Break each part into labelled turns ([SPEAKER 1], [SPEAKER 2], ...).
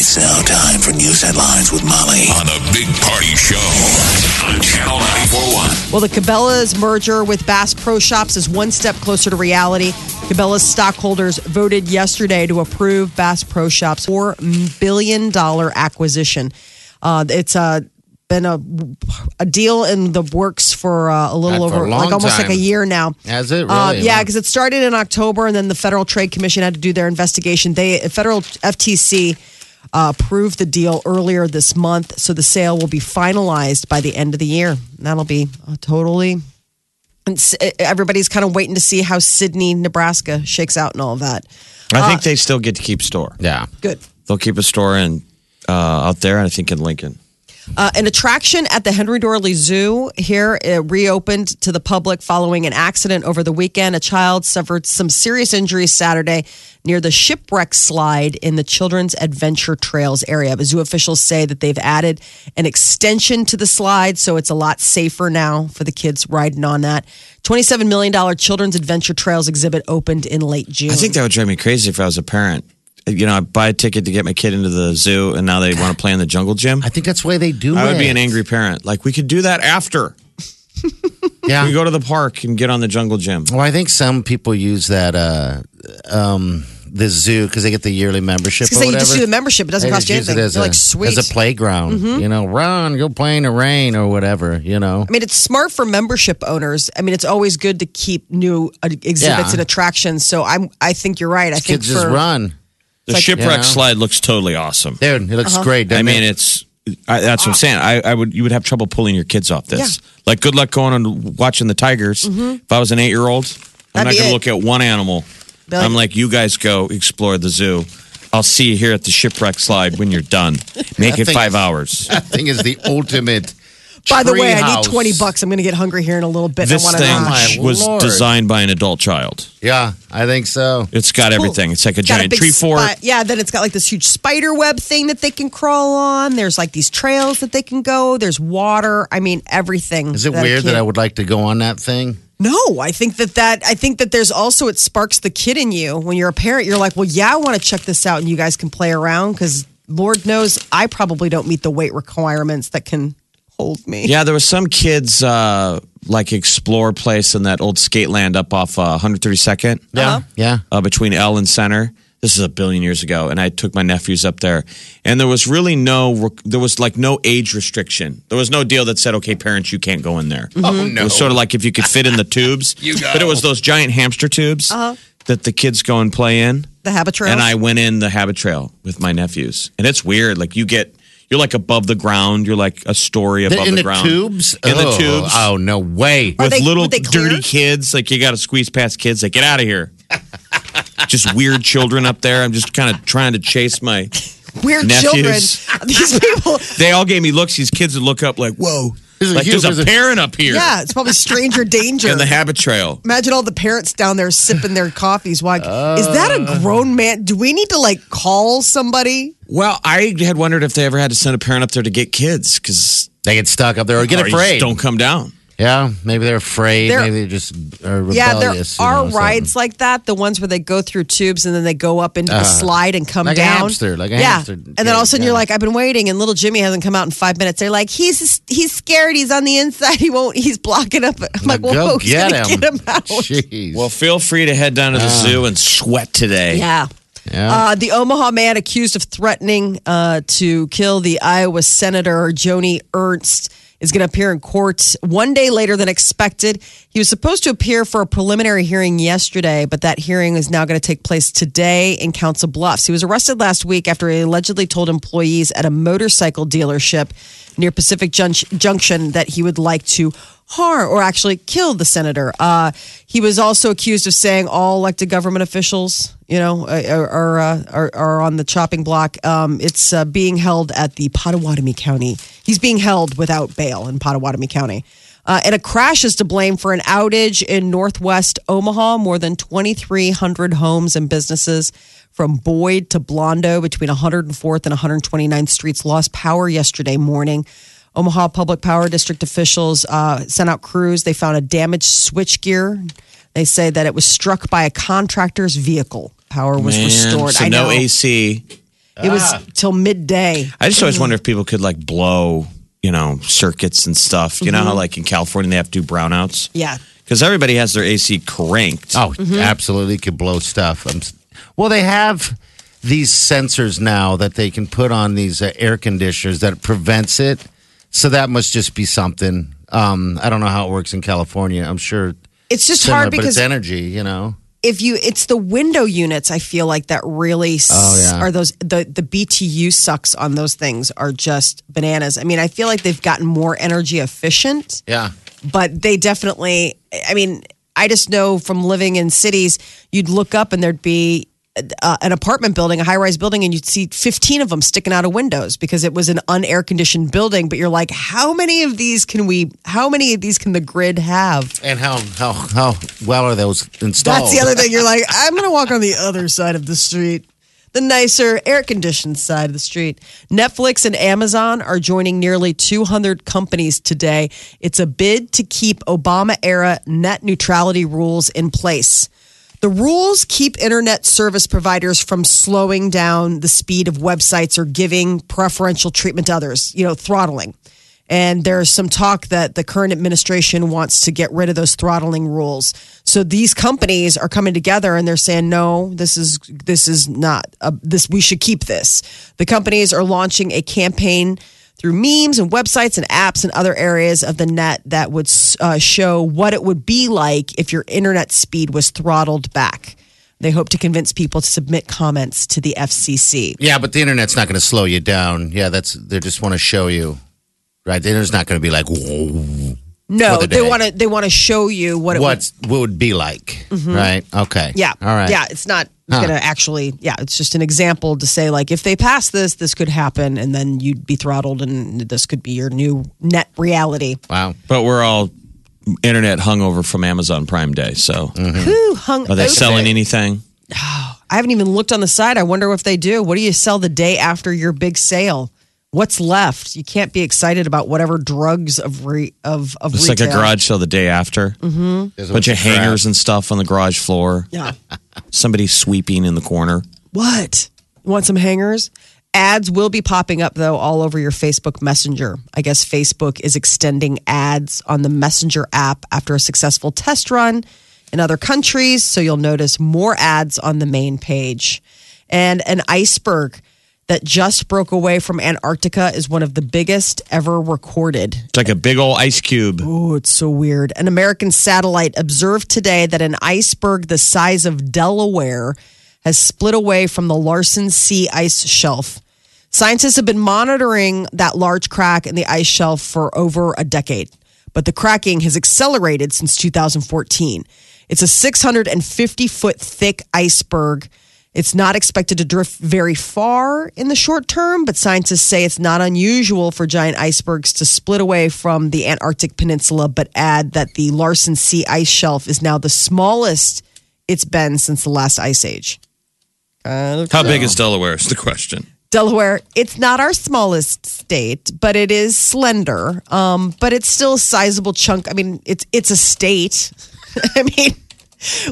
[SPEAKER 1] It's now time for news headlines with Molly on the Big Party Show on Channel 941.
[SPEAKER 2] Well, the Cabela's merger with Bass Pro Shops is one step closer to reality. Cabela's stockholders voted yesterday to approve Bass Pro Shops' $4 billion acquisition. Uh, it's a been a, a deal in the works for uh, a little
[SPEAKER 3] God, for
[SPEAKER 2] over,
[SPEAKER 3] a long
[SPEAKER 2] like almost
[SPEAKER 3] time.
[SPEAKER 2] like a year now.
[SPEAKER 3] Has it
[SPEAKER 2] Uh,
[SPEAKER 3] really?
[SPEAKER 2] yeah, because it started in October, and then the Federal Trade Commission had to do their investigation. They federal FTC uh, approved the deal earlier this month, so the sale will be finalized by the end of the year. And that'll be uh, totally. And s- e, everybody's kind of waiting to see how Sydney, Nebraska, shakes out and all of that.
[SPEAKER 4] I think they still get to keep store.
[SPEAKER 3] Yeah.
[SPEAKER 2] Good.
[SPEAKER 4] They'll keep a store in uh, out there, and I think in Lincoln.
[SPEAKER 2] Uh, an attraction at the Henry Dorley Zoo here uh, reopened to the public following an accident over the weekend. A child suffered some serious injuries Saturday near the shipwreck slide in the Children's Adventure Trails area. But zoo officials say that they've added an extension to the slide, so it's a lot safer now for the kids riding on that. $27 million Children's Adventure Trails exhibit opened in late June.
[SPEAKER 4] I think that would drive me crazy if I was a parent. You know, I buy a ticket to get my kid into the zoo, and now they want to play in the jungle gym.
[SPEAKER 3] I think that's why they do
[SPEAKER 4] I
[SPEAKER 3] it.
[SPEAKER 4] would be an angry parent. Like we could do that after we
[SPEAKER 3] Yeah.
[SPEAKER 4] go to the park and get on the jungle gym.
[SPEAKER 3] Well, I think some people use that, uh, um, the zoo, because they get the yearly membership.
[SPEAKER 2] It's 'cause
[SPEAKER 3] or
[SPEAKER 2] they- you
[SPEAKER 3] whatever.
[SPEAKER 2] just do the membership. It doesn't
[SPEAKER 3] They
[SPEAKER 2] cost you
[SPEAKER 3] just use
[SPEAKER 2] anything.
[SPEAKER 3] It as
[SPEAKER 2] You're
[SPEAKER 3] a,
[SPEAKER 2] like, sweet. Mm-hmm.
[SPEAKER 3] As a playground. You know, run, go play in the rain or whatever, you know.
[SPEAKER 2] I mean, it's smart for membership owners. I mean, it's always good to keep new uh, exhibits
[SPEAKER 3] Yeah.
[SPEAKER 2] and attractions. So I'm, I think you're right. I think
[SPEAKER 3] Kids just
[SPEAKER 2] for,
[SPEAKER 3] run.
[SPEAKER 4] The
[SPEAKER 2] like-
[SPEAKER 4] shipwreck
[SPEAKER 3] Yeah.
[SPEAKER 4] slide looks totally awesome.
[SPEAKER 3] Dude, it looks
[SPEAKER 2] Uh-huh.
[SPEAKER 3] great, doesn't
[SPEAKER 4] I mean,
[SPEAKER 3] it?
[SPEAKER 4] it's I, that's what I'm saying. I, I would you would have trouble pulling your kids off this. Like, good luck going and watching the tigers. If I was an eight year old, I'm
[SPEAKER 2] Mm-hmm. That'd
[SPEAKER 4] not
[SPEAKER 2] be
[SPEAKER 4] going
[SPEAKER 2] it.
[SPEAKER 4] to look at one animal.
[SPEAKER 2] Be like-
[SPEAKER 4] I'm like, you guys go explore the zoo. I'll see you here at the shipwreck slide when you're done. Make
[SPEAKER 3] That
[SPEAKER 4] it
[SPEAKER 3] thing
[SPEAKER 4] five
[SPEAKER 3] is-
[SPEAKER 4] hours.
[SPEAKER 3] That thing is the ultimate.
[SPEAKER 2] By the way, I
[SPEAKER 3] treehouse.
[SPEAKER 2] need 20 bucks. I'm going to get hungry here in a little bit. I
[SPEAKER 4] This
[SPEAKER 2] want
[SPEAKER 4] thing
[SPEAKER 3] my
[SPEAKER 4] was
[SPEAKER 3] Lord.
[SPEAKER 4] designed by an adult child.
[SPEAKER 3] Yeah, I think so.
[SPEAKER 4] It's got
[SPEAKER 2] cool.
[SPEAKER 4] everything. It's like a
[SPEAKER 2] Got
[SPEAKER 4] giant
[SPEAKER 2] big
[SPEAKER 4] tree fort.
[SPEAKER 2] spot- Yeah, then it's got like this huge spider web thing that they can crawl on. There's like these trails that they can go. There's water. I mean, everything.
[SPEAKER 3] Is it weird that I would like to go on that thing?
[SPEAKER 2] No, I think that that I think that there's also it sparks the kid in you when you're a parent. You're like, well, yeah, I want to check this out, and you guys can play around because Lord knows I probably don't meet the weight requirements that can hold me.
[SPEAKER 4] Yeah, there was some kids uh, like explore place in that old skate land up off uh, 132nd.
[SPEAKER 3] Yeah. Yeah.
[SPEAKER 4] uh, between L and Center. This is a billion years ago, and I took my nephews up there, and there was really no, there was like no age restriction. There was no deal that said, okay, parents, you can't go in there.
[SPEAKER 3] Oh,
[SPEAKER 4] It
[SPEAKER 3] no.
[SPEAKER 4] was sort of like if you could fit in the tubes,
[SPEAKER 3] You Uh-huh. go.
[SPEAKER 4] but it was those giant hamster tubes that the kids go and play in.
[SPEAKER 2] The habit trail.
[SPEAKER 4] And I went in the habit trail with my nephews, and it's weird. Like you get, you're like above the ground. You're like a story above
[SPEAKER 3] in the,
[SPEAKER 4] ground.
[SPEAKER 3] tubes? oh,
[SPEAKER 4] In the tubes
[SPEAKER 3] Oh, no way.
[SPEAKER 2] Are
[SPEAKER 4] with
[SPEAKER 2] they-
[SPEAKER 4] little
[SPEAKER 2] were they clear?
[SPEAKER 4] dirty kids. Like you got to squeeze past kids. Like get out of here. just weird children up there. I'm just kind of trying to chase my.
[SPEAKER 2] Weird
[SPEAKER 4] Nephews.
[SPEAKER 2] children. These people.
[SPEAKER 4] They all gave me looks. These kids would look up like, whoa,
[SPEAKER 3] There's a
[SPEAKER 4] like
[SPEAKER 3] huge-
[SPEAKER 4] there's
[SPEAKER 3] there's a-
[SPEAKER 4] a parent up here
[SPEAKER 2] Yeah, it's probably stranger danger.
[SPEAKER 4] in the habit trail.
[SPEAKER 2] Imagine all the parents down there sipping their coffees. Like, is that
[SPEAKER 4] Uh.
[SPEAKER 2] a grown man? Do we need to like call somebody?
[SPEAKER 4] Well, I had wondered if they ever had to send a parent up there to get kids because
[SPEAKER 3] They get stuck up there or get afraid.
[SPEAKER 4] Don't come down.
[SPEAKER 3] Yeah, maybe they're afraid.
[SPEAKER 2] They're-
[SPEAKER 3] maybe they just are rebellious.
[SPEAKER 2] Yeah, there
[SPEAKER 3] you know,
[SPEAKER 2] are
[SPEAKER 3] or something.
[SPEAKER 2] rides like that. The ones where they go through tubes and then they go up into the slide and come
[SPEAKER 3] Uh, like a
[SPEAKER 2] down.
[SPEAKER 3] hamster, like a
[SPEAKER 2] yeah.
[SPEAKER 3] hamster
[SPEAKER 2] And then all of a sudden you're like, I've been waiting, and little Jimmy hasn't come out in five minutes. They're like, he's he's scared. He's on the inside. He won't. He's blocking up. I'm like,
[SPEAKER 3] Now
[SPEAKER 2] well,
[SPEAKER 3] go
[SPEAKER 2] who's
[SPEAKER 3] get
[SPEAKER 2] gonna
[SPEAKER 3] him.
[SPEAKER 2] get him out?
[SPEAKER 3] Jeez.
[SPEAKER 4] Well, feel free to head down to the
[SPEAKER 3] Ah.
[SPEAKER 4] zoo and sweat today.
[SPEAKER 2] Yeah.
[SPEAKER 3] Yeah.
[SPEAKER 2] Uh, the Omaha man accused of threatening uh, to kill the Iowa senator Joni Ernst is going to appear in court one day later than expected. He was supposed to appear for a preliminary hearing yesterday, but that hearing is now going to take place today in Council Bluffs. He was arrested last week after he allegedly told employees at a motorcycle dealership near Pacific Jun- Junction that he would like to harm or actually killed the senator. Uh, he was also accused of saying all elected government officials, you know, uh, are are, uh, are, are on the chopping block. Um, it's uh, being held at the Pottawatomie County. He's being held without bail in Pottawatomie County. Uh, and a crash is to blame for an outage in northwest Omaha. More than 2,300 homes and businesses from Boyd to Blondo between 104th and 129th Streets lost power yesterday morning. Omaha Public Power District officials uh, sent out crews. They found a damaged switchgear. They say that it was struck by a contractor's vehicle. Power was
[SPEAKER 4] Man,
[SPEAKER 2] restored.
[SPEAKER 4] So
[SPEAKER 2] I
[SPEAKER 4] no
[SPEAKER 2] know
[SPEAKER 4] AC.
[SPEAKER 2] it was till midday.
[SPEAKER 4] I just always wonder if people could like blow, you know, circuits and stuff. You know
[SPEAKER 2] Mm-hmm.
[SPEAKER 4] how like in California they have to do brownouts
[SPEAKER 2] Yeah,
[SPEAKER 4] because everybody has their AC cranked.
[SPEAKER 3] Oh,
[SPEAKER 2] Mm-hmm.
[SPEAKER 3] absolutely could blow stuff. I'm, s- well, they have these sensors now that they can put on these uh, air conditioners that prevents it. So that must just be something. Um, I don't know how it works in California. I'm sure
[SPEAKER 2] it's just
[SPEAKER 3] similar,
[SPEAKER 2] hard
[SPEAKER 3] but
[SPEAKER 2] because
[SPEAKER 3] it's energy, you know.
[SPEAKER 2] if you it's the window units i feel like that really s-
[SPEAKER 3] yeah.
[SPEAKER 2] are those the the btu sucks on those things are just bananas i mean i feel like they've gotten more energy efficient
[SPEAKER 3] Yeah.
[SPEAKER 2] but they definitely i mean i just know from living in cities you'd look up and there'd be uh, an apartment building a high-rise building and you'd see 15 of them sticking out of windows because it was an unair-conditioned building but you're like how many of these can we how many of these can the grid have
[SPEAKER 3] And how how how well are those installed?
[SPEAKER 2] that's the other thing. You're like, I'm going to walk on the other side of the street, the nicer air conditioned side of the street. Netflix and Amazon are joining nearly 200 companies today. It's a bid to keep Obama era net neutrality rules in place. The rules keep internet service providers from slowing down the speed of websites or giving preferential treatment to others, you know, throttling. And there's some talk that the current administration wants to get rid of those throttling rules. So these companies are coming together and they're saying, no, this is this is not a, this. We should keep this. The companies are launching a campaign through memes and websites and apps and other areas of the net that would uh, show what it would be like if your internet speed was throttled back. They hope to convince people to submit comments to the FCC.
[SPEAKER 3] Yeah, but the internet's not going to slow you down. Yeah, that's they just want to show you, right? The internet's not going to be like "Whoa,
[SPEAKER 2] No,
[SPEAKER 3] For the
[SPEAKER 2] they
[SPEAKER 3] day.
[SPEAKER 2] want to they want to show you what it would Mm-hmm.
[SPEAKER 3] what's what would be like, right? Okay.
[SPEAKER 2] Yeah.
[SPEAKER 3] All right.
[SPEAKER 2] Yeah, it's not
[SPEAKER 3] Huh.
[SPEAKER 2] going to actually. Yeah, it's just an example to say like if they pass this, this could happen, and then you'd be throttled, and this could be your new net reality.
[SPEAKER 3] Wow.
[SPEAKER 4] But we're all internet hungover from Amazon Prime Day. So
[SPEAKER 3] Mm-hmm.
[SPEAKER 2] Who hung?
[SPEAKER 4] Mm-hmm. are they
[SPEAKER 2] over?
[SPEAKER 4] selling anything?
[SPEAKER 2] I haven't even looked on the side. I wonder if they do. What do you sell the day after your big sale? What's left? You can't be excited about whatever drugs of re, of of
[SPEAKER 4] It's like a
[SPEAKER 2] retail.
[SPEAKER 4] garage sale the day after. Mm-hmm.
[SPEAKER 3] There's
[SPEAKER 4] A bunch of
[SPEAKER 3] crap.
[SPEAKER 4] hangers and stuff on the garage floor.
[SPEAKER 2] Yeah.
[SPEAKER 4] Somebody sweeping in the corner.
[SPEAKER 2] What? Want some hangers? Ads will be popping up though all over your Facebook Messenger. I guess Facebook is extending ads on the Messenger app after a successful test run in other countries, so you'll notice more ads on the main page. And an iceberg that just broke away from Antarctica is one of the biggest ever recorded.
[SPEAKER 4] It's like a big old ice cube.
[SPEAKER 2] Oh, it's so weird. An American satellite observed today that an iceberg the size of Delaware has split away from the Larsen Sea ice shelf. Scientists have been monitoring that large crack in the ice shelf for over a decade, but the cracking has accelerated since 2014. It's a 650 foot thick iceberg. It's not expected to drift very far in the short term, but scientists say it's not unusual for giant icebergs to split away from the Antarctic Peninsula, but add that the Larsen Sea ice shelf is now the smallest it's been since the last ice age.
[SPEAKER 4] How big is Delaware? Is the question.
[SPEAKER 2] Delaware, it's not our smallest state, but it is slender. Um, but it's still a sizable chunk. I mean, it's it's a state. I mean,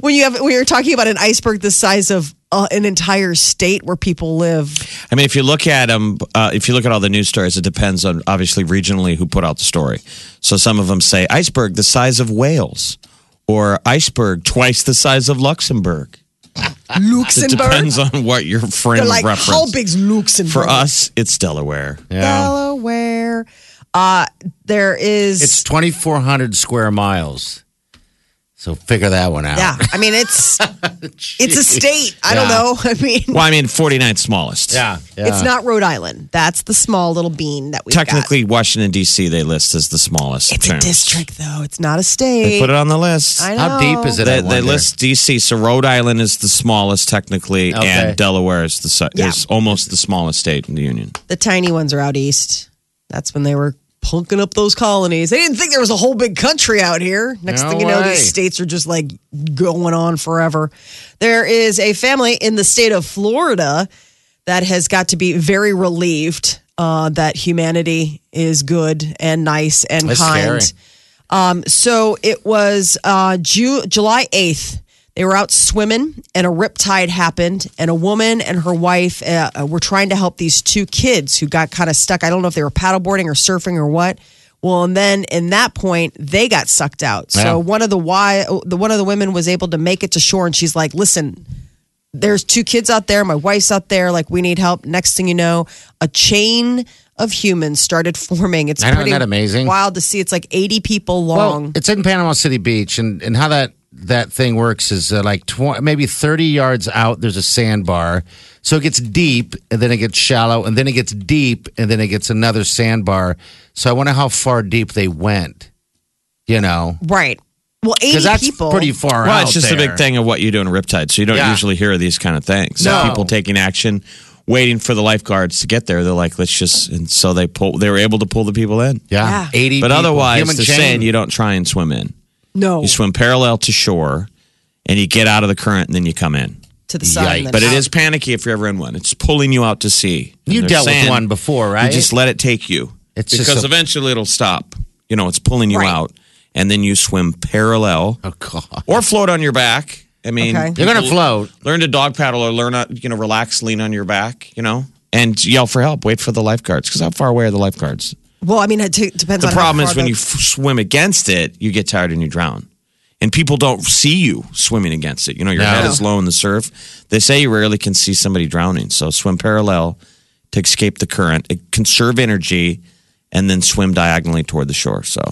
[SPEAKER 2] when you have when you're talking about an iceberg the size of uh, an entire state where people live,
[SPEAKER 4] I mean, if you look at them, uh, if you look at all the news stories, it depends on obviously regionally who put out the story. So some of them say iceberg the size of Wales, or iceberg twice the size of Luxembourg. It
[SPEAKER 2] Luxembourg.
[SPEAKER 4] depends on what your frame
[SPEAKER 2] They're
[SPEAKER 4] of
[SPEAKER 2] like,
[SPEAKER 4] reference.
[SPEAKER 2] how big's Luxembourg?
[SPEAKER 4] For us, it's Delaware.
[SPEAKER 3] Yeah.
[SPEAKER 2] Delaware. Uh, there is
[SPEAKER 3] It's 2,400 square miles. So figure that one out.
[SPEAKER 2] Yeah, I mean it's it's a state. I don't
[SPEAKER 3] Yeah.
[SPEAKER 2] know. I mean,
[SPEAKER 4] Well, I mean, 49th smallest.
[SPEAKER 3] Yeah. yeah.
[SPEAKER 2] it's not Rhode Island. That's the small little bean that we
[SPEAKER 4] Technically, Washington, D.C., they list as the smallest.
[SPEAKER 2] It's a
[SPEAKER 4] term.
[SPEAKER 2] district, though. It's not a state.
[SPEAKER 4] They put it on the list.
[SPEAKER 2] I know.
[SPEAKER 3] How deep is it? I
[SPEAKER 4] They, they
[SPEAKER 3] wonder?
[SPEAKER 4] list D.C. So Rhode Island is the smallest, technically,
[SPEAKER 3] Okay.
[SPEAKER 4] and Delaware is the si-
[SPEAKER 2] Yeah.
[SPEAKER 4] is almost the smallest state in the union.
[SPEAKER 2] The tiny ones are out east. That's when they were punking up those colonies. They didn't think there was a whole big country out here. Next
[SPEAKER 3] No
[SPEAKER 2] thing you know,
[SPEAKER 3] way.
[SPEAKER 2] these states are just like going on forever. There is a family in the state of Florida that has got to be very relieved uh, that humanity is good and nice and
[SPEAKER 3] That's
[SPEAKER 2] kind.
[SPEAKER 3] scary.
[SPEAKER 2] Um, so it was uh, Ju- July 8th. They were out swimming and a riptide happened. And a woman and her wife uh, uh, were trying to help these two kids who got kind of stuck. I don't know if they were paddleboarding or surfing or what. Well, and then in that point, they got sucked out. So
[SPEAKER 3] Yeah.
[SPEAKER 2] one of the why the one of the women was able to make it to shore, and she's like, "Listen, there's two kids out there. My wife's out there. Like, we need help. Next thing you know, a chain of humans started forming. It's
[SPEAKER 3] I know,
[SPEAKER 2] pretty
[SPEAKER 3] isn't that amazing?
[SPEAKER 2] wild to see. It's like 80 people long.
[SPEAKER 3] Well, it's in Panama City Beach, and, and how that that thing works is uh, like tw- maybe thirty yards out. There's a sandbar, so it gets deep, and then it gets shallow, and then it gets deep, and then it gets another sandbar. So I wonder how far deep they went. You know,
[SPEAKER 2] right. Well, 80
[SPEAKER 3] because that's
[SPEAKER 2] people.
[SPEAKER 3] pretty far out.
[SPEAKER 4] Well, it's just a
[SPEAKER 3] there.
[SPEAKER 4] big thing of what you do in Riptide. So you don't
[SPEAKER 3] Yeah.
[SPEAKER 4] usually hear these kind of things.
[SPEAKER 3] No.
[SPEAKER 4] People taking action, waiting for the lifeguards to get there. They're like, let's just, and so they pull, they were able to pull the people in.
[SPEAKER 3] Yeah,
[SPEAKER 2] Yeah.
[SPEAKER 3] eighty.
[SPEAKER 4] But
[SPEAKER 3] people,
[SPEAKER 4] otherwise,
[SPEAKER 3] human
[SPEAKER 4] they're
[SPEAKER 3] chain.
[SPEAKER 4] saying you don't try and swim in.
[SPEAKER 2] no
[SPEAKER 4] You swim parallel to shore and you get out of the current and then you come in.
[SPEAKER 2] to the side.
[SPEAKER 3] Yikes.
[SPEAKER 2] and then
[SPEAKER 4] But it
[SPEAKER 2] out.
[SPEAKER 4] is panicky if you're ever in one. It's pulling you out to sea. And
[SPEAKER 3] You
[SPEAKER 4] they're
[SPEAKER 3] dealt with
[SPEAKER 4] saying
[SPEAKER 3] one before, right?
[SPEAKER 4] You just let it take you.
[SPEAKER 3] It's just
[SPEAKER 4] because
[SPEAKER 3] a-
[SPEAKER 4] eventually it'll stop. You know, it's pulling you
[SPEAKER 2] Right.
[SPEAKER 4] out, and then you swim parallel
[SPEAKER 3] Oh God,
[SPEAKER 4] or float on your back. I mean,
[SPEAKER 2] Okay.
[SPEAKER 3] you're gonna
[SPEAKER 4] people-
[SPEAKER 3] float.
[SPEAKER 4] Learn to dog paddle or learn, uh, you know, relax, lean on your back, you know, and yell for help. Wait for the lifeguards because how far away are the lifeguards?
[SPEAKER 2] Well, I mean, it t- depends
[SPEAKER 4] The
[SPEAKER 2] on how
[SPEAKER 4] problem is
[SPEAKER 2] far
[SPEAKER 4] when
[SPEAKER 2] the-
[SPEAKER 4] you f- swim against it, you get tired and you drown. And people don't see you swimming against it. You know, your
[SPEAKER 3] No.
[SPEAKER 4] head is low in the surf. They say you rarely can see somebody drowning. So swim parallel to escape the current, eh, conserve energy, and then swim diagonally toward the shore. So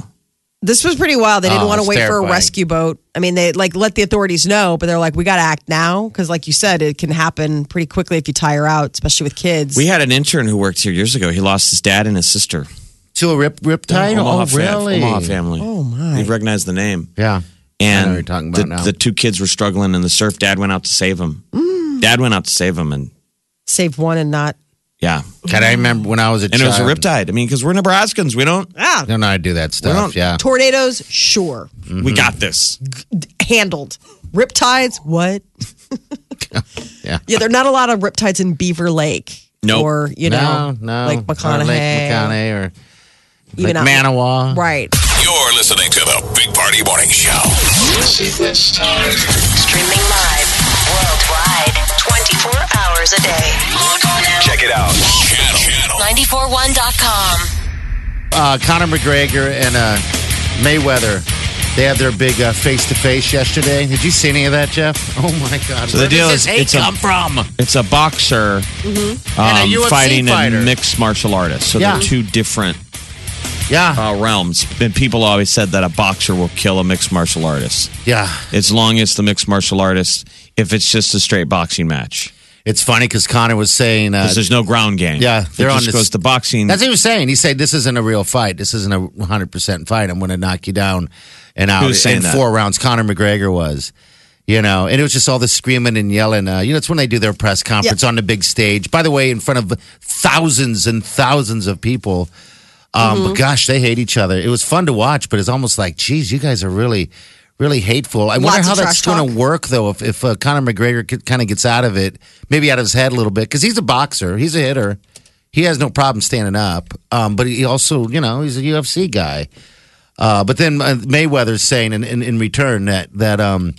[SPEAKER 2] This was pretty wild. They didn't
[SPEAKER 3] Oh,
[SPEAKER 2] want to
[SPEAKER 3] it's
[SPEAKER 2] wait for a
[SPEAKER 3] terrifying.
[SPEAKER 2] rescue boat. I mean, they like let the authorities know, but they're like, we got to act now because, like you said, it can happen pretty quickly if you tire out, especially with kids.
[SPEAKER 4] we had an intern who worked here years ago. He lost his dad and his sister.
[SPEAKER 3] to a rip riptide.
[SPEAKER 4] Omaha
[SPEAKER 3] Oh,
[SPEAKER 4] fam-
[SPEAKER 3] really?
[SPEAKER 4] Omaha family. Oh
[SPEAKER 2] my.
[SPEAKER 4] You recognize the name.
[SPEAKER 3] Yeah.
[SPEAKER 4] And
[SPEAKER 3] I know what you're talking about
[SPEAKER 4] the,
[SPEAKER 3] now.
[SPEAKER 4] the two kids were struggling in the surf. Dad went out to save him.
[SPEAKER 3] Mm.
[SPEAKER 4] Dad went out to save him, and
[SPEAKER 2] Save one and not.
[SPEAKER 4] yeah,
[SPEAKER 3] Can I remember when I was a
[SPEAKER 4] and
[SPEAKER 3] child?
[SPEAKER 4] it was a riptide. I mean, because we're Nebraskans, we don't.
[SPEAKER 2] Ah,
[SPEAKER 3] No, no, I do that
[SPEAKER 4] don't-
[SPEAKER 3] stuff. Yeah.
[SPEAKER 2] tornadoes, sure.
[SPEAKER 4] We got this.
[SPEAKER 2] handled. Riptides, what?
[SPEAKER 3] Yeah.
[SPEAKER 2] Yeah, there are not a lot of riptides in Beaver Lake.
[SPEAKER 4] Nope.
[SPEAKER 2] Or, you know,
[SPEAKER 3] no, no.
[SPEAKER 2] like
[SPEAKER 3] Or
[SPEAKER 2] McConaughey.
[SPEAKER 3] Lake McConaughey or
[SPEAKER 2] Even
[SPEAKER 3] Lake
[SPEAKER 2] out-
[SPEAKER 3] Manawa.
[SPEAKER 2] Right.
[SPEAKER 1] You're listening to the Big Party Morning Show.
[SPEAKER 5] Sequence time.
[SPEAKER 6] Streaming live worldwide 24 hours a day. Log on now.
[SPEAKER 5] Check it out.
[SPEAKER 1] Channel, channel
[SPEAKER 6] 941.com.
[SPEAKER 3] Uh, Conor McGregor and uh, Mayweather, they had their big uh, face-to-face yesterday. Did you see any of that, Jeff? Oh my God!
[SPEAKER 4] So
[SPEAKER 3] Where
[SPEAKER 4] the deal
[SPEAKER 3] does
[SPEAKER 4] is,
[SPEAKER 3] this hate
[SPEAKER 4] it's a-
[SPEAKER 3] come from?
[SPEAKER 4] It's a boxer
[SPEAKER 3] And a
[SPEAKER 4] um,
[SPEAKER 3] UFC
[SPEAKER 4] fighting
[SPEAKER 3] fighter.
[SPEAKER 4] a mixed martial artist. So
[SPEAKER 3] Yeah.
[SPEAKER 4] they're two different
[SPEAKER 3] Yeah,
[SPEAKER 4] uh, realms. And people always said that a boxer will kill a mixed martial artist,
[SPEAKER 3] yeah.
[SPEAKER 4] as long as the mixed martial artist, if it's just a straight boxing match,
[SPEAKER 3] It's funny because Conor was saying, uh,
[SPEAKER 4] because there's no ground game.
[SPEAKER 3] yeah,
[SPEAKER 4] they're
[SPEAKER 3] they're
[SPEAKER 4] it
[SPEAKER 3] on
[SPEAKER 4] just
[SPEAKER 3] this-
[SPEAKER 4] goes to boxing.
[SPEAKER 3] that's what he was saying. He said, "This isn't a real fight. This isn't a 100 percent fight. I'm going to knock you down and out
[SPEAKER 4] was saying
[SPEAKER 3] in
[SPEAKER 4] that?
[SPEAKER 3] four rounds." Conor McGregor was. You know, and it was just all the screaming and yelling. Uh, you know, it's when they do their press conference on the big stage. By the way, in front of thousands and thousands of people. Um,
[SPEAKER 2] Mm-hmm.
[SPEAKER 3] But gosh, they hate each other. It was fun to watch, but it's almost like, geez, you guys are really, really hateful. I wonder
[SPEAKER 2] Lots
[SPEAKER 3] how
[SPEAKER 2] of
[SPEAKER 3] that's
[SPEAKER 2] trash
[SPEAKER 3] going to work, though, if, if uh, Conor McGregor kind of gets out of it, maybe out of his head a little bit, because he's a boxer, he's a hitter. He has no problem standing up, um, but he also, you know, he's a UFC guy. Uh, but then uh, Mayweather's saying in, in, in return that that um,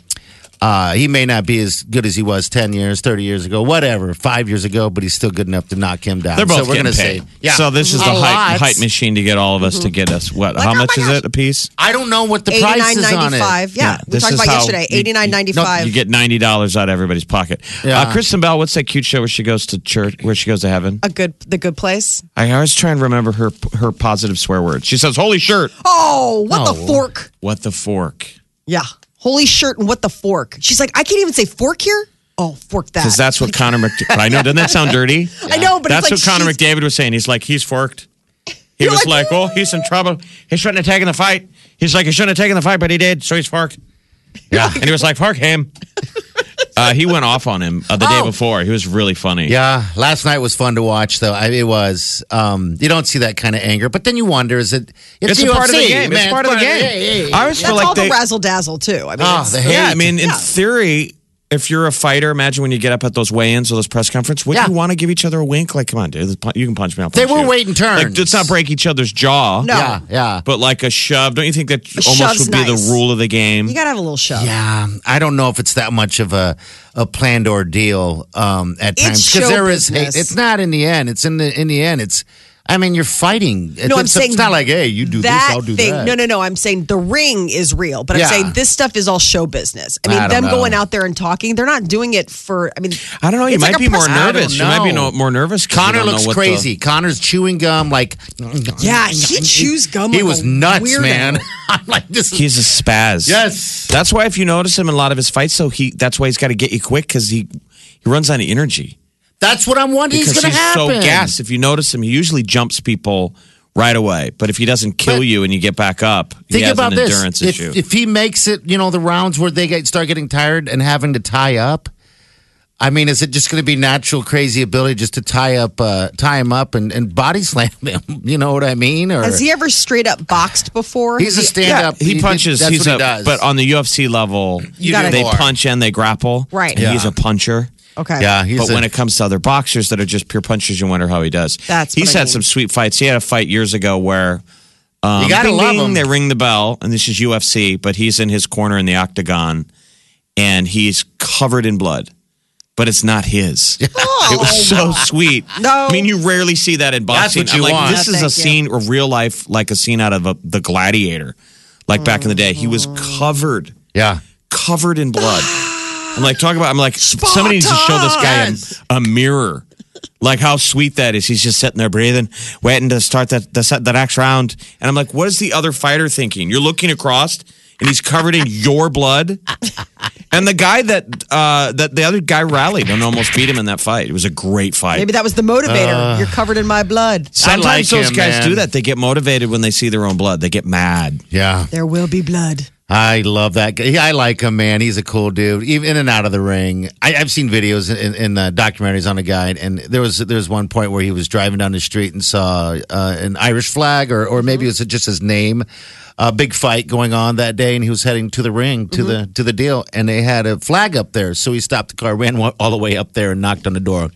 [SPEAKER 3] uh, he may not be as good as he was ten years, thirty years ago, whatever, five years ago, but he's still good enough to knock him down.
[SPEAKER 4] they're
[SPEAKER 3] so
[SPEAKER 4] both
[SPEAKER 3] we're
[SPEAKER 4] getting
[SPEAKER 3] gonna
[SPEAKER 4] paid.
[SPEAKER 3] say, yeah.
[SPEAKER 4] So this is
[SPEAKER 3] A
[SPEAKER 4] the hype,
[SPEAKER 3] lot. Mm-hmm.
[SPEAKER 4] hype machine to get all of us to get us what? how
[SPEAKER 2] oh
[SPEAKER 4] much
[SPEAKER 2] my
[SPEAKER 4] is
[SPEAKER 2] gosh.
[SPEAKER 4] it a piece?
[SPEAKER 3] I don't know what the price is on it.
[SPEAKER 2] $89.95. Yeah, we
[SPEAKER 4] this
[SPEAKER 2] talked
[SPEAKER 4] is
[SPEAKER 2] about
[SPEAKER 4] how
[SPEAKER 2] yesterday.
[SPEAKER 4] you-
[SPEAKER 2] $89.95.
[SPEAKER 4] You get ninety dollars out of everybody's pocket.
[SPEAKER 3] Yeah.
[SPEAKER 4] Uh, Kristen Bell, what's that cute show where she goes to church, where she goes to heaven?
[SPEAKER 2] a good, the good place.
[SPEAKER 4] I always try and remember her her positive swear words. She says, "Holy shirt."
[SPEAKER 2] Oh, what
[SPEAKER 3] Oh.
[SPEAKER 2] the fork?
[SPEAKER 4] What the fork?
[SPEAKER 2] Yeah. holy shirt and what the fork. She's like, I can't even say fork here. Oh, fork that.
[SPEAKER 4] Because that's what Connor Mc. I know. Doesn't that sound dirty?
[SPEAKER 2] I know, but
[SPEAKER 4] that's
[SPEAKER 2] it's
[SPEAKER 4] what
[SPEAKER 2] like
[SPEAKER 4] Connor
[SPEAKER 2] she's-
[SPEAKER 4] McDavid was saying. He's like, he's forked. He
[SPEAKER 2] You're
[SPEAKER 4] was
[SPEAKER 2] like-
[SPEAKER 4] like, oh, he's in trouble. He shouldn't have taken the fight. He's like, he shouldn't have taken the fight, but he did, so he's forked. Yeah, and he was like, fork him. uh, he went off on him uh, the day
[SPEAKER 2] Oh.
[SPEAKER 4] before. He was really funny.
[SPEAKER 3] Yeah, last night was fun to watch, though. I, it was. Um, you don't see that kind of anger, but then you wonder: is it?
[SPEAKER 4] It's a
[SPEAKER 3] UFC,
[SPEAKER 4] part of the game.
[SPEAKER 3] man.
[SPEAKER 4] It's part of the game.
[SPEAKER 3] yeah, yeah.
[SPEAKER 4] I always
[SPEAKER 2] That's
[SPEAKER 4] feel like
[SPEAKER 2] all
[SPEAKER 4] they,
[SPEAKER 2] the razzle dazzle too. I mean,
[SPEAKER 3] Ah,
[SPEAKER 2] it's-
[SPEAKER 3] the
[SPEAKER 4] Yeah,
[SPEAKER 3] hate.
[SPEAKER 4] I mean, in
[SPEAKER 2] Yeah.
[SPEAKER 4] theory, if you're a fighter, imagine when you get up at those weigh-ins or those press conference, would
[SPEAKER 3] Yeah.
[SPEAKER 4] you want to give each other a wink? Like, come on, dude, this pu- you can punch me out.
[SPEAKER 3] They were waiting turns.
[SPEAKER 4] Like, let's not break each other's jaw.
[SPEAKER 2] No.
[SPEAKER 3] Yeah, yeah.
[SPEAKER 4] But like a shove, don't you think that almost
[SPEAKER 2] shove's
[SPEAKER 4] would be
[SPEAKER 2] nice.
[SPEAKER 4] the rule of the game?
[SPEAKER 2] you gotta have a little shove.
[SPEAKER 3] Yeah, I don't know if it's that much of a, a planned ordeal um, at
[SPEAKER 2] It's
[SPEAKER 3] times
[SPEAKER 2] show
[SPEAKER 3] there is
[SPEAKER 2] business.
[SPEAKER 3] hate. It's not in the end. It's in the in the end. It's I mean you're fighting. It's,
[SPEAKER 2] No, I'm
[SPEAKER 3] it's,
[SPEAKER 2] saying
[SPEAKER 3] it's not like hey you do
[SPEAKER 2] that
[SPEAKER 3] this I'll do
[SPEAKER 2] thing.
[SPEAKER 3] that.
[SPEAKER 2] No, no, no. I'm saying the ring is real, but I'm
[SPEAKER 3] Yeah.
[SPEAKER 2] saying this stuff is all show business. I mean,
[SPEAKER 3] I don't
[SPEAKER 2] them
[SPEAKER 3] know.
[SPEAKER 2] going out there and talking, they're not doing it for. I mean,
[SPEAKER 4] I don't know. You
[SPEAKER 2] it's
[SPEAKER 4] might
[SPEAKER 2] like a
[SPEAKER 4] be more
[SPEAKER 2] press-
[SPEAKER 3] I don't
[SPEAKER 4] nervous. You might be
[SPEAKER 3] know.
[SPEAKER 4] no, more nervous. 'cause you
[SPEAKER 3] Connor
[SPEAKER 4] don't know
[SPEAKER 3] looks
[SPEAKER 4] what the-
[SPEAKER 3] crazy. Connor's chewing gum like
[SPEAKER 2] Yeah, he chews gum
[SPEAKER 3] He
[SPEAKER 2] like
[SPEAKER 3] was
[SPEAKER 2] a
[SPEAKER 3] nuts,
[SPEAKER 2] weirdo.
[SPEAKER 3] man. I'm like this is
[SPEAKER 4] he's a spaz.
[SPEAKER 3] Yes.
[SPEAKER 4] That's why if you notice him in a lot of his fights, so he that's why he's got to get you quick because he he runs out of energy.
[SPEAKER 3] that's what I'm wondering is
[SPEAKER 4] because
[SPEAKER 3] going to
[SPEAKER 4] he's
[SPEAKER 3] happen.
[SPEAKER 4] so gassed. If you notice him, he usually jumps people right away. But if he doesn't kill
[SPEAKER 3] But-
[SPEAKER 4] you and you get back up, he
[SPEAKER 3] Think
[SPEAKER 4] has
[SPEAKER 3] about
[SPEAKER 4] an
[SPEAKER 3] this.
[SPEAKER 4] endurance
[SPEAKER 3] if,
[SPEAKER 4] issue.
[SPEAKER 3] if he makes it, you know, the rounds where they get, start getting tired and having to tie up, I mean, is it just going to be natural crazy ability just to tie up, uh, tie him up and, and body slam him? You know what I mean? Or
[SPEAKER 2] Has he ever straight up boxed before?
[SPEAKER 3] he's a
[SPEAKER 2] Has he-
[SPEAKER 3] stand up.
[SPEAKER 4] he punches.
[SPEAKER 3] that's
[SPEAKER 4] he's
[SPEAKER 3] what
[SPEAKER 4] a,
[SPEAKER 3] he does.
[SPEAKER 4] but on the UFC level,
[SPEAKER 3] You
[SPEAKER 2] gotta-
[SPEAKER 4] they
[SPEAKER 3] more.
[SPEAKER 4] punch and they grapple.
[SPEAKER 2] Right.
[SPEAKER 4] and he's
[SPEAKER 3] Yeah.
[SPEAKER 4] a puncher.
[SPEAKER 2] okay.
[SPEAKER 3] yeah, he's
[SPEAKER 4] but
[SPEAKER 3] a,
[SPEAKER 4] when it comes to other boxers that are just pure punchers, you wonder how he does.
[SPEAKER 2] That's
[SPEAKER 4] he's
[SPEAKER 2] what I
[SPEAKER 4] had
[SPEAKER 2] mean.
[SPEAKER 4] some sweet fights. He had a fight years ago where um,
[SPEAKER 3] You gotta
[SPEAKER 4] ding,
[SPEAKER 3] love
[SPEAKER 4] ding,
[SPEAKER 3] him.
[SPEAKER 4] They ring the bell, and this is UFC, but he's in his corner in the octagon, and he's covered in blood, but it's not his. It was so sweet.
[SPEAKER 2] No.
[SPEAKER 4] I mean you rarely see that in boxing.
[SPEAKER 3] Oh. what you
[SPEAKER 4] I'm like,
[SPEAKER 3] want.
[SPEAKER 4] this
[SPEAKER 2] No,
[SPEAKER 4] is a
[SPEAKER 2] thank you.
[SPEAKER 4] scene, a real life, like a scene out of a, the Gladiator, like back in the day. He was
[SPEAKER 3] Mm.
[SPEAKER 4] covered
[SPEAKER 3] yeah.
[SPEAKER 4] covered in blood. I'm like, talk about. I'm like, somebody needs to show this guy a, a mirror. Like how sweet that is. He's just sitting there breathing, waiting to start that the, set- the next round. And I'm like, what is the other fighter thinking? You're looking across, and he's covered in your blood. And the guy that uh, that the other guy rallied and almost beat him in that fight. It was a great fight.
[SPEAKER 2] Maybe that was the
[SPEAKER 3] Uh.
[SPEAKER 2] motivator. You're covered in my blood.
[SPEAKER 4] Sometimes
[SPEAKER 3] I like
[SPEAKER 4] those
[SPEAKER 3] him,
[SPEAKER 4] guys
[SPEAKER 3] man.
[SPEAKER 4] do that. They get motivated when they see their own blood. They get mad.
[SPEAKER 3] Yeah.
[SPEAKER 2] There will be blood.
[SPEAKER 3] I love that guy. I like him, man. He's a cool dude, even in and out of the ring. I, I've seen videos in, in uh, documentaries on a guy, and there was there was one point where he was driving down the street and saw uh, an Irish flag, or or maybe
[SPEAKER 2] Mm-hmm.
[SPEAKER 3] it was just his name. A big fight going on that day, and he was heading to the ring
[SPEAKER 2] Mm-hmm.
[SPEAKER 3] to the to the deal, and they had a flag up there, so he stopped the car, ran wa- all the way up there, and knocked on the door.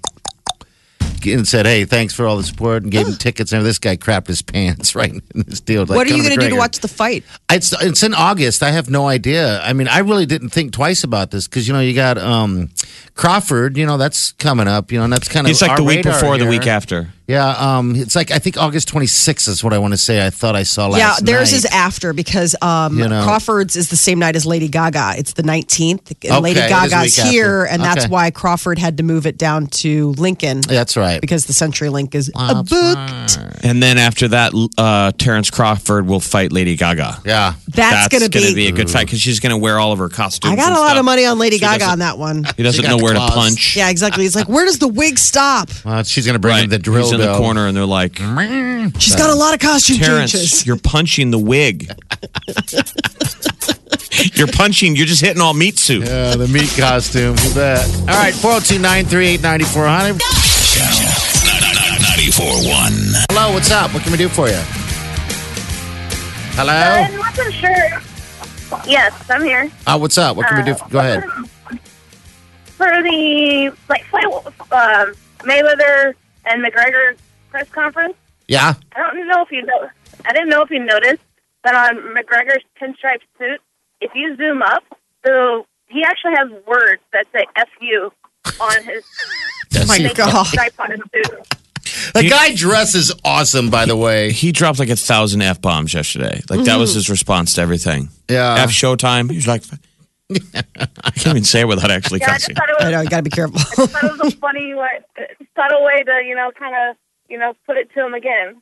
[SPEAKER 3] And said, "Hey, thanks for all the support," and gave him tickets. And this guy crapped his pants right in this deal. like
[SPEAKER 2] what are you
[SPEAKER 3] Conor
[SPEAKER 2] going to do to
[SPEAKER 3] McGregor.
[SPEAKER 2] watch the fight?
[SPEAKER 3] It's it's in August. I have no idea. I mean, I really didn't think twice about this because you know you got um, Crawford. You know that's coming up. You know, and that's kind of
[SPEAKER 4] It's like
[SPEAKER 3] our
[SPEAKER 4] the week
[SPEAKER 3] radar
[SPEAKER 4] before, the
[SPEAKER 3] here.
[SPEAKER 4] week after.
[SPEAKER 3] Yeah, um, it's like I think August 26th is what I want to say. I thought I saw last.
[SPEAKER 2] yeah, theirs is
[SPEAKER 3] night.
[SPEAKER 2] after because um,
[SPEAKER 3] You know.
[SPEAKER 2] Crawford's is the same night as Lady Gaga. It's the 19th. And
[SPEAKER 3] Okay,
[SPEAKER 2] Lady
[SPEAKER 3] it is the
[SPEAKER 2] Gaga's
[SPEAKER 3] week after.
[SPEAKER 2] here, and that's
[SPEAKER 3] Okay.
[SPEAKER 2] why Crawford had to move it down to Lincoln
[SPEAKER 3] That's right.
[SPEAKER 2] because the CenturyLink is a
[SPEAKER 3] That's
[SPEAKER 2] book.
[SPEAKER 4] And then after that, uh, Terrence Crawford will fight Lady Gaga.
[SPEAKER 3] Yeah,
[SPEAKER 2] That's, going to be.
[SPEAKER 4] a good fight because she's going to wear all of her costumes.
[SPEAKER 2] I got
[SPEAKER 4] and
[SPEAKER 2] a lot
[SPEAKER 4] stuff.
[SPEAKER 2] of money on Lady
[SPEAKER 4] She
[SPEAKER 2] Gaga
[SPEAKER 4] doesn't-
[SPEAKER 2] on that one.
[SPEAKER 4] He doesn't
[SPEAKER 3] She
[SPEAKER 4] know
[SPEAKER 3] got
[SPEAKER 4] where
[SPEAKER 3] claws.
[SPEAKER 4] to punch.
[SPEAKER 2] Yeah, exactly. It's like, where does the wig stop?
[SPEAKER 3] well, she's gonna bring in the drill.
[SPEAKER 4] He's in the
[SPEAKER 3] though.
[SPEAKER 4] corner, and they're like,
[SPEAKER 2] She's got a lot of costume
[SPEAKER 4] Terrence,
[SPEAKER 2] changes.
[SPEAKER 4] you're punching the wig. you're punching. You're just hitting all meat soup.
[SPEAKER 3] Yeah, the meat costume. You bet. All right, four zero two nine three eight ninety four oh hundred. Hello, what's up? What can we do for you?
[SPEAKER 2] Oh.
[SPEAKER 3] Hello.
[SPEAKER 7] I wasn't sure. Yes, I'm here
[SPEAKER 3] Uh, what's up? What can we do? Go ahead.
[SPEAKER 7] for the like fight, um, Mayweather and McGregor press conference.
[SPEAKER 3] Yeah.
[SPEAKER 7] I don't know if you know. I didn't know if you noticed that on McGregor's pinstripe suit, if you zoom up, so he actually has words that say "fu" on his.
[SPEAKER 3] Oh
[SPEAKER 2] my
[SPEAKER 7] they
[SPEAKER 2] God.
[SPEAKER 7] stripe on his suit.
[SPEAKER 3] The guy dresses awesome, by the way.
[SPEAKER 4] He dropped like a thousand f bombs yesterday. Like that
[SPEAKER 2] Mm-hmm.
[SPEAKER 4] was his response to everything.
[SPEAKER 2] Uh.
[SPEAKER 3] Yeah.
[SPEAKER 4] F Showtime. He's like, I can't even say it without actually
[SPEAKER 7] Yeah, I
[SPEAKER 4] cussing.
[SPEAKER 7] just thought it was
[SPEAKER 2] I know, you got to be careful.
[SPEAKER 7] thought it was a funny, like, subtle way to, you know, kind of, you know, put it to him again.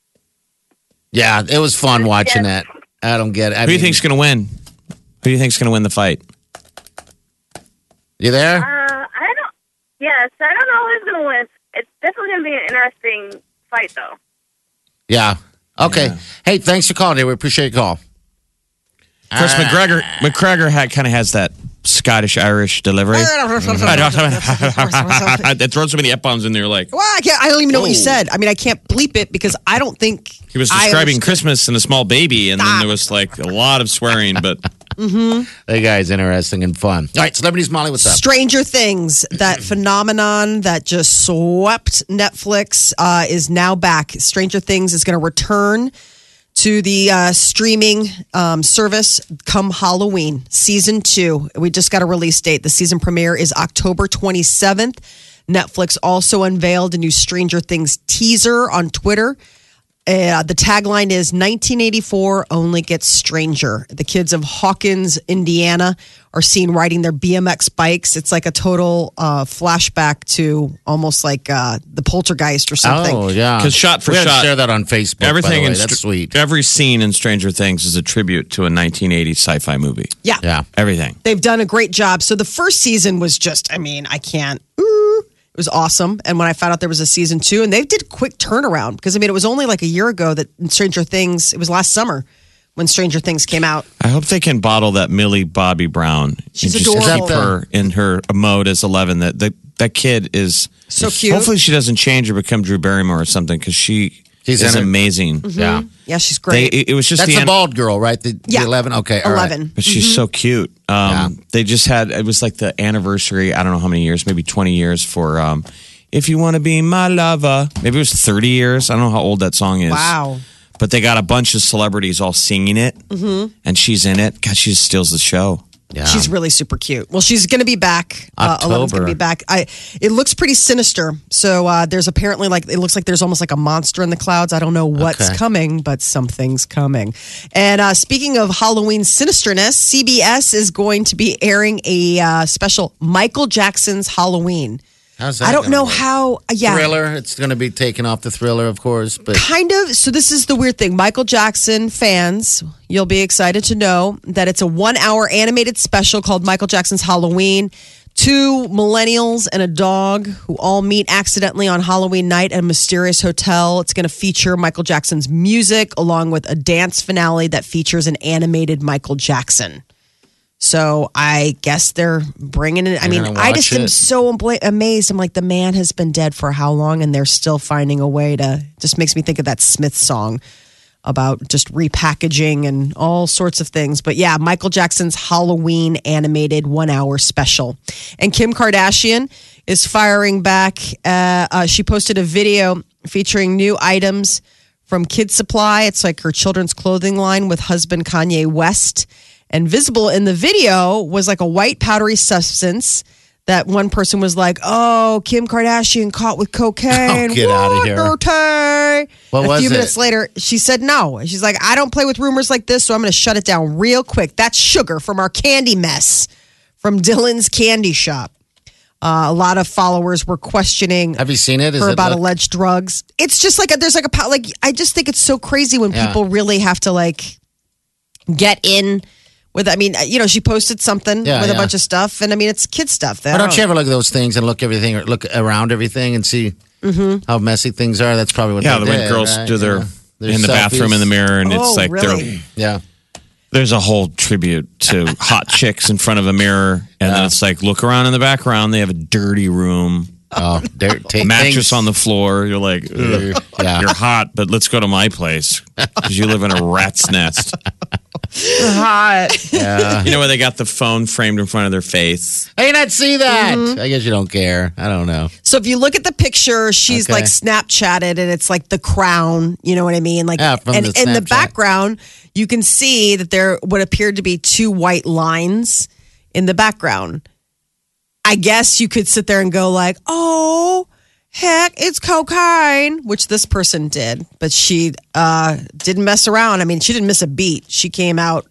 [SPEAKER 3] Yeah, it was fun watching that. I don't get it. I
[SPEAKER 4] Who do you
[SPEAKER 3] mean,
[SPEAKER 4] think's going to win? Who do you think's going to win the fight?
[SPEAKER 3] You there?
[SPEAKER 7] Uh, I don't. Yes, I don't know who's going to win. It's definitely going to be an interesting fight, though.
[SPEAKER 3] Yeah. Okay. Hey, thanks for calling. Here. We appreciate your call.
[SPEAKER 4] Of
[SPEAKER 3] Ah.
[SPEAKER 4] course, McGregor McGregor had kind of has that Scottish Irish delivery. that throws so many f bombs in there. Like
[SPEAKER 2] Well, I can't. I don't even know what you
[SPEAKER 4] Oh.
[SPEAKER 2] said. I mean, I can't bleep it because I don't think
[SPEAKER 4] he was
[SPEAKER 2] I
[SPEAKER 4] describing
[SPEAKER 2] understand.
[SPEAKER 4] Christmas and a small baby, and then there was like a lot of swearing. But
[SPEAKER 3] Oh, That guy's interesting and fun. All right, celebrities, Molly, what's up?
[SPEAKER 2] Stranger Things, that phenomenon that just swept Netflix, uh, is now back. Stranger Things is going to return to the uh, streaming um, service come Halloween, season two. We just got a release date. The season premiere is October 27th. Netflix also unveiled a new Stranger Things teaser on Twitter. Uh, the tagline is 1984 only gets stranger. The kids of Hawkins, Indiana are seen riding their BMX bikes. It's like a total uh, flashback to almost like uh, the poltergeist or something.
[SPEAKER 3] Oh, yeah.
[SPEAKER 4] 'Cause shot for
[SPEAKER 3] we gotta
[SPEAKER 4] shot,
[SPEAKER 3] share that on Facebook.
[SPEAKER 4] everything
[SPEAKER 3] by the way.
[SPEAKER 4] in
[SPEAKER 3] that's
[SPEAKER 4] Str-
[SPEAKER 3] sweet.
[SPEAKER 4] Every scene in Stranger Things is a tribute to a 1980 sci-fi movie.
[SPEAKER 2] Yeah.
[SPEAKER 3] Yeah.
[SPEAKER 4] Everything.
[SPEAKER 2] They've done a great job. So the first season was just, I mean, I can't. ooh. It was awesome. And when I found out there was a season two, and they did quick turnaround because I mean, it was only like a year ago that Stranger Things, it was last summer when Stranger Things came out.
[SPEAKER 4] I hope they can bottle that Millie Bobby Brown.
[SPEAKER 2] She's
[SPEAKER 4] and just
[SPEAKER 2] adorable.
[SPEAKER 4] keep her in her mode as 11. That that, that kid is
[SPEAKER 2] So cute.
[SPEAKER 4] Hopefully, she doesn't change or become Drew Barrymore or something because she
[SPEAKER 3] She's
[SPEAKER 4] is
[SPEAKER 3] in it. Mm-hmm.
[SPEAKER 4] amazing.
[SPEAKER 3] Yeah.
[SPEAKER 2] Yeah, she's
[SPEAKER 4] They,
[SPEAKER 2] great.
[SPEAKER 4] it, it was just
[SPEAKER 3] That's the Mm-hmm.
[SPEAKER 4] the an-
[SPEAKER 3] bald girl, right? The, the
[SPEAKER 2] Mm-hmm. Yeah.
[SPEAKER 3] 11? Okay. all right.
[SPEAKER 2] 11.
[SPEAKER 4] But she's so cute. Um, They just had it was like the anniversary. I don't know how many years, maybe twenty years for. Um, if you want to be my lover, maybe it was thirty years. I don't know how old that song is.
[SPEAKER 2] Wow.
[SPEAKER 4] But they got a bunch of celebrities all singing it, mm-hmm. and she's in it. God, she just steals the show.
[SPEAKER 3] Yeah.
[SPEAKER 2] She's really super cute. Well, she's going to be back. Uh,
[SPEAKER 3] October.
[SPEAKER 2] Eleven's going to be back. I. It looks pretty sinister. So uh, there's apparently like it looks like there's almost like a monster in the clouds. I don't know what's
[SPEAKER 3] Okay.
[SPEAKER 2] coming, but something's coming. And uh, speaking of Halloween sinisterness, CBS is going to be airing a uh, special Michael Jackson's Halloween.
[SPEAKER 3] How's that
[SPEAKER 2] I don't
[SPEAKER 3] gonna
[SPEAKER 2] know
[SPEAKER 3] work?
[SPEAKER 2] how. Yeah.
[SPEAKER 3] Thriller. It's going to be taken off the thriller, of course. But
[SPEAKER 2] kind of so this is the weird thing michael jackson fans you'll be excited to know that it's a one hour animated special called michael jackson's halloween two millennials and a dog who all meet accidentally on halloween night at a mysterious hotel it's going to feature michael jackson's music along with a dance finale that features an animated michael jackson so I guess they're bringing it. I mean,
[SPEAKER 3] gonna
[SPEAKER 2] I
[SPEAKER 3] watch
[SPEAKER 2] just am
[SPEAKER 3] it.
[SPEAKER 2] so abla- amazed. I'm like, the man has been dead for how long, and they're still finding a way to. Just makes me think of that Smith song about just repackaging and all sorts of things. But yeah, Michael Jackson's Halloween animated one hour special, and Kim Kardashian is firing back. Uh, uh, she posted a video featuring new items from Kid Supply. It's like her children's clothing line with husband Kanye West. And visible in the video was like a white powdery substance that one person was like, "Oh, Kim Kardashian caught with cocaine."
[SPEAKER 3] Oh, get outta here.
[SPEAKER 2] What dirty.
[SPEAKER 3] What
[SPEAKER 2] a
[SPEAKER 3] was
[SPEAKER 2] few
[SPEAKER 3] it?
[SPEAKER 2] minutes later, she said no. She's like, "I don't play with rumors like this, so I'm going to shut it down real quick." That's sugar from our candy mess from Dylan's candy shop. Uh, a lot of followers were questioning
[SPEAKER 3] have you seen it? Is
[SPEAKER 2] for
[SPEAKER 3] it
[SPEAKER 2] about
[SPEAKER 3] like-
[SPEAKER 2] alleged drugs. It's just like a, there's like a pow- like I just think it's so crazy when
[SPEAKER 3] Yeah.
[SPEAKER 2] people really have to like get in with. I mean, you know, she posted something
[SPEAKER 3] Yeah,
[SPEAKER 2] with a
[SPEAKER 3] yeah.
[SPEAKER 2] bunch of stuff, and I mean, it's kid stuff.
[SPEAKER 3] Why don't you ever look at those things and look everything, or look around everything and see how messy things are? That's probably what.
[SPEAKER 4] Yeah,
[SPEAKER 3] they
[SPEAKER 4] when
[SPEAKER 3] did,
[SPEAKER 4] girls
[SPEAKER 3] right?
[SPEAKER 4] do their
[SPEAKER 3] Yeah. Their
[SPEAKER 4] in the bathroom
[SPEAKER 3] selfies.
[SPEAKER 4] in the mirror, and
[SPEAKER 2] Oh,
[SPEAKER 4] it's like
[SPEAKER 2] really?
[SPEAKER 4] they're
[SPEAKER 3] Yeah,
[SPEAKER 4] there's a whole tribute to hot chicks in front of a mirror, and then it's like look around in the background. They have a dirty room,
[SPEAKER 3] oh, dirt, take
[SPEAKER 4] mattress
[SPEAKER 3] things.
[SPEAKER 4] on the floor. You're like, "Ugh,
[SPEAKER 3] Yeah.
[SPEAKER 4] you're hot, but let's go to my place because you live in a rat's nest.
[SPEAKER 3] Yeah.
[SPEAKER 4] You know where they got the phone framed in front of their face.
[SPEAKER 3] I did not see that. I guess you don't care. I don't know.
[SPEAKER 2] So if you look at the picture, she's
[SPEAKER 3] Okay.
[SPEAKER 2] like Snapchatted, and it's like the crown. You know what I mean? Like,
[SPEAKER 3] Yeah, from
[SPEAKER 2] and
[SPEAKER 3] the
[SPEAKER 2] in the
[SPEAKER 3] Snapchat.
[SPEAKER 2] background, you can see that there what appeared to be two white lines in the background. I guess you could sit there and go like, "Oh, heck, it's cocaine," which this person did, but she uh, didn't mess around. I mean, she didn't miss a beat. She came out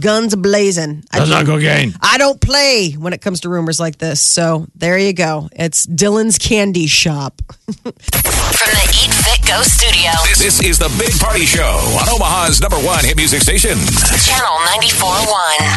[SPEAKER 2] guns blazing. I
[SPEAKER 4] That's not cocaine.
[SPEAKER 2] I don't play when it comes to rumors like this. So there you go. It's Dylan's Candy Shop.
[SPEAKER 6] From the Eat Fit Go studio,
[SPEAKER 1] This, this is the Big Party Show on Omaha's number one hit music station.
[SPEAKER 6] Channel 94.1.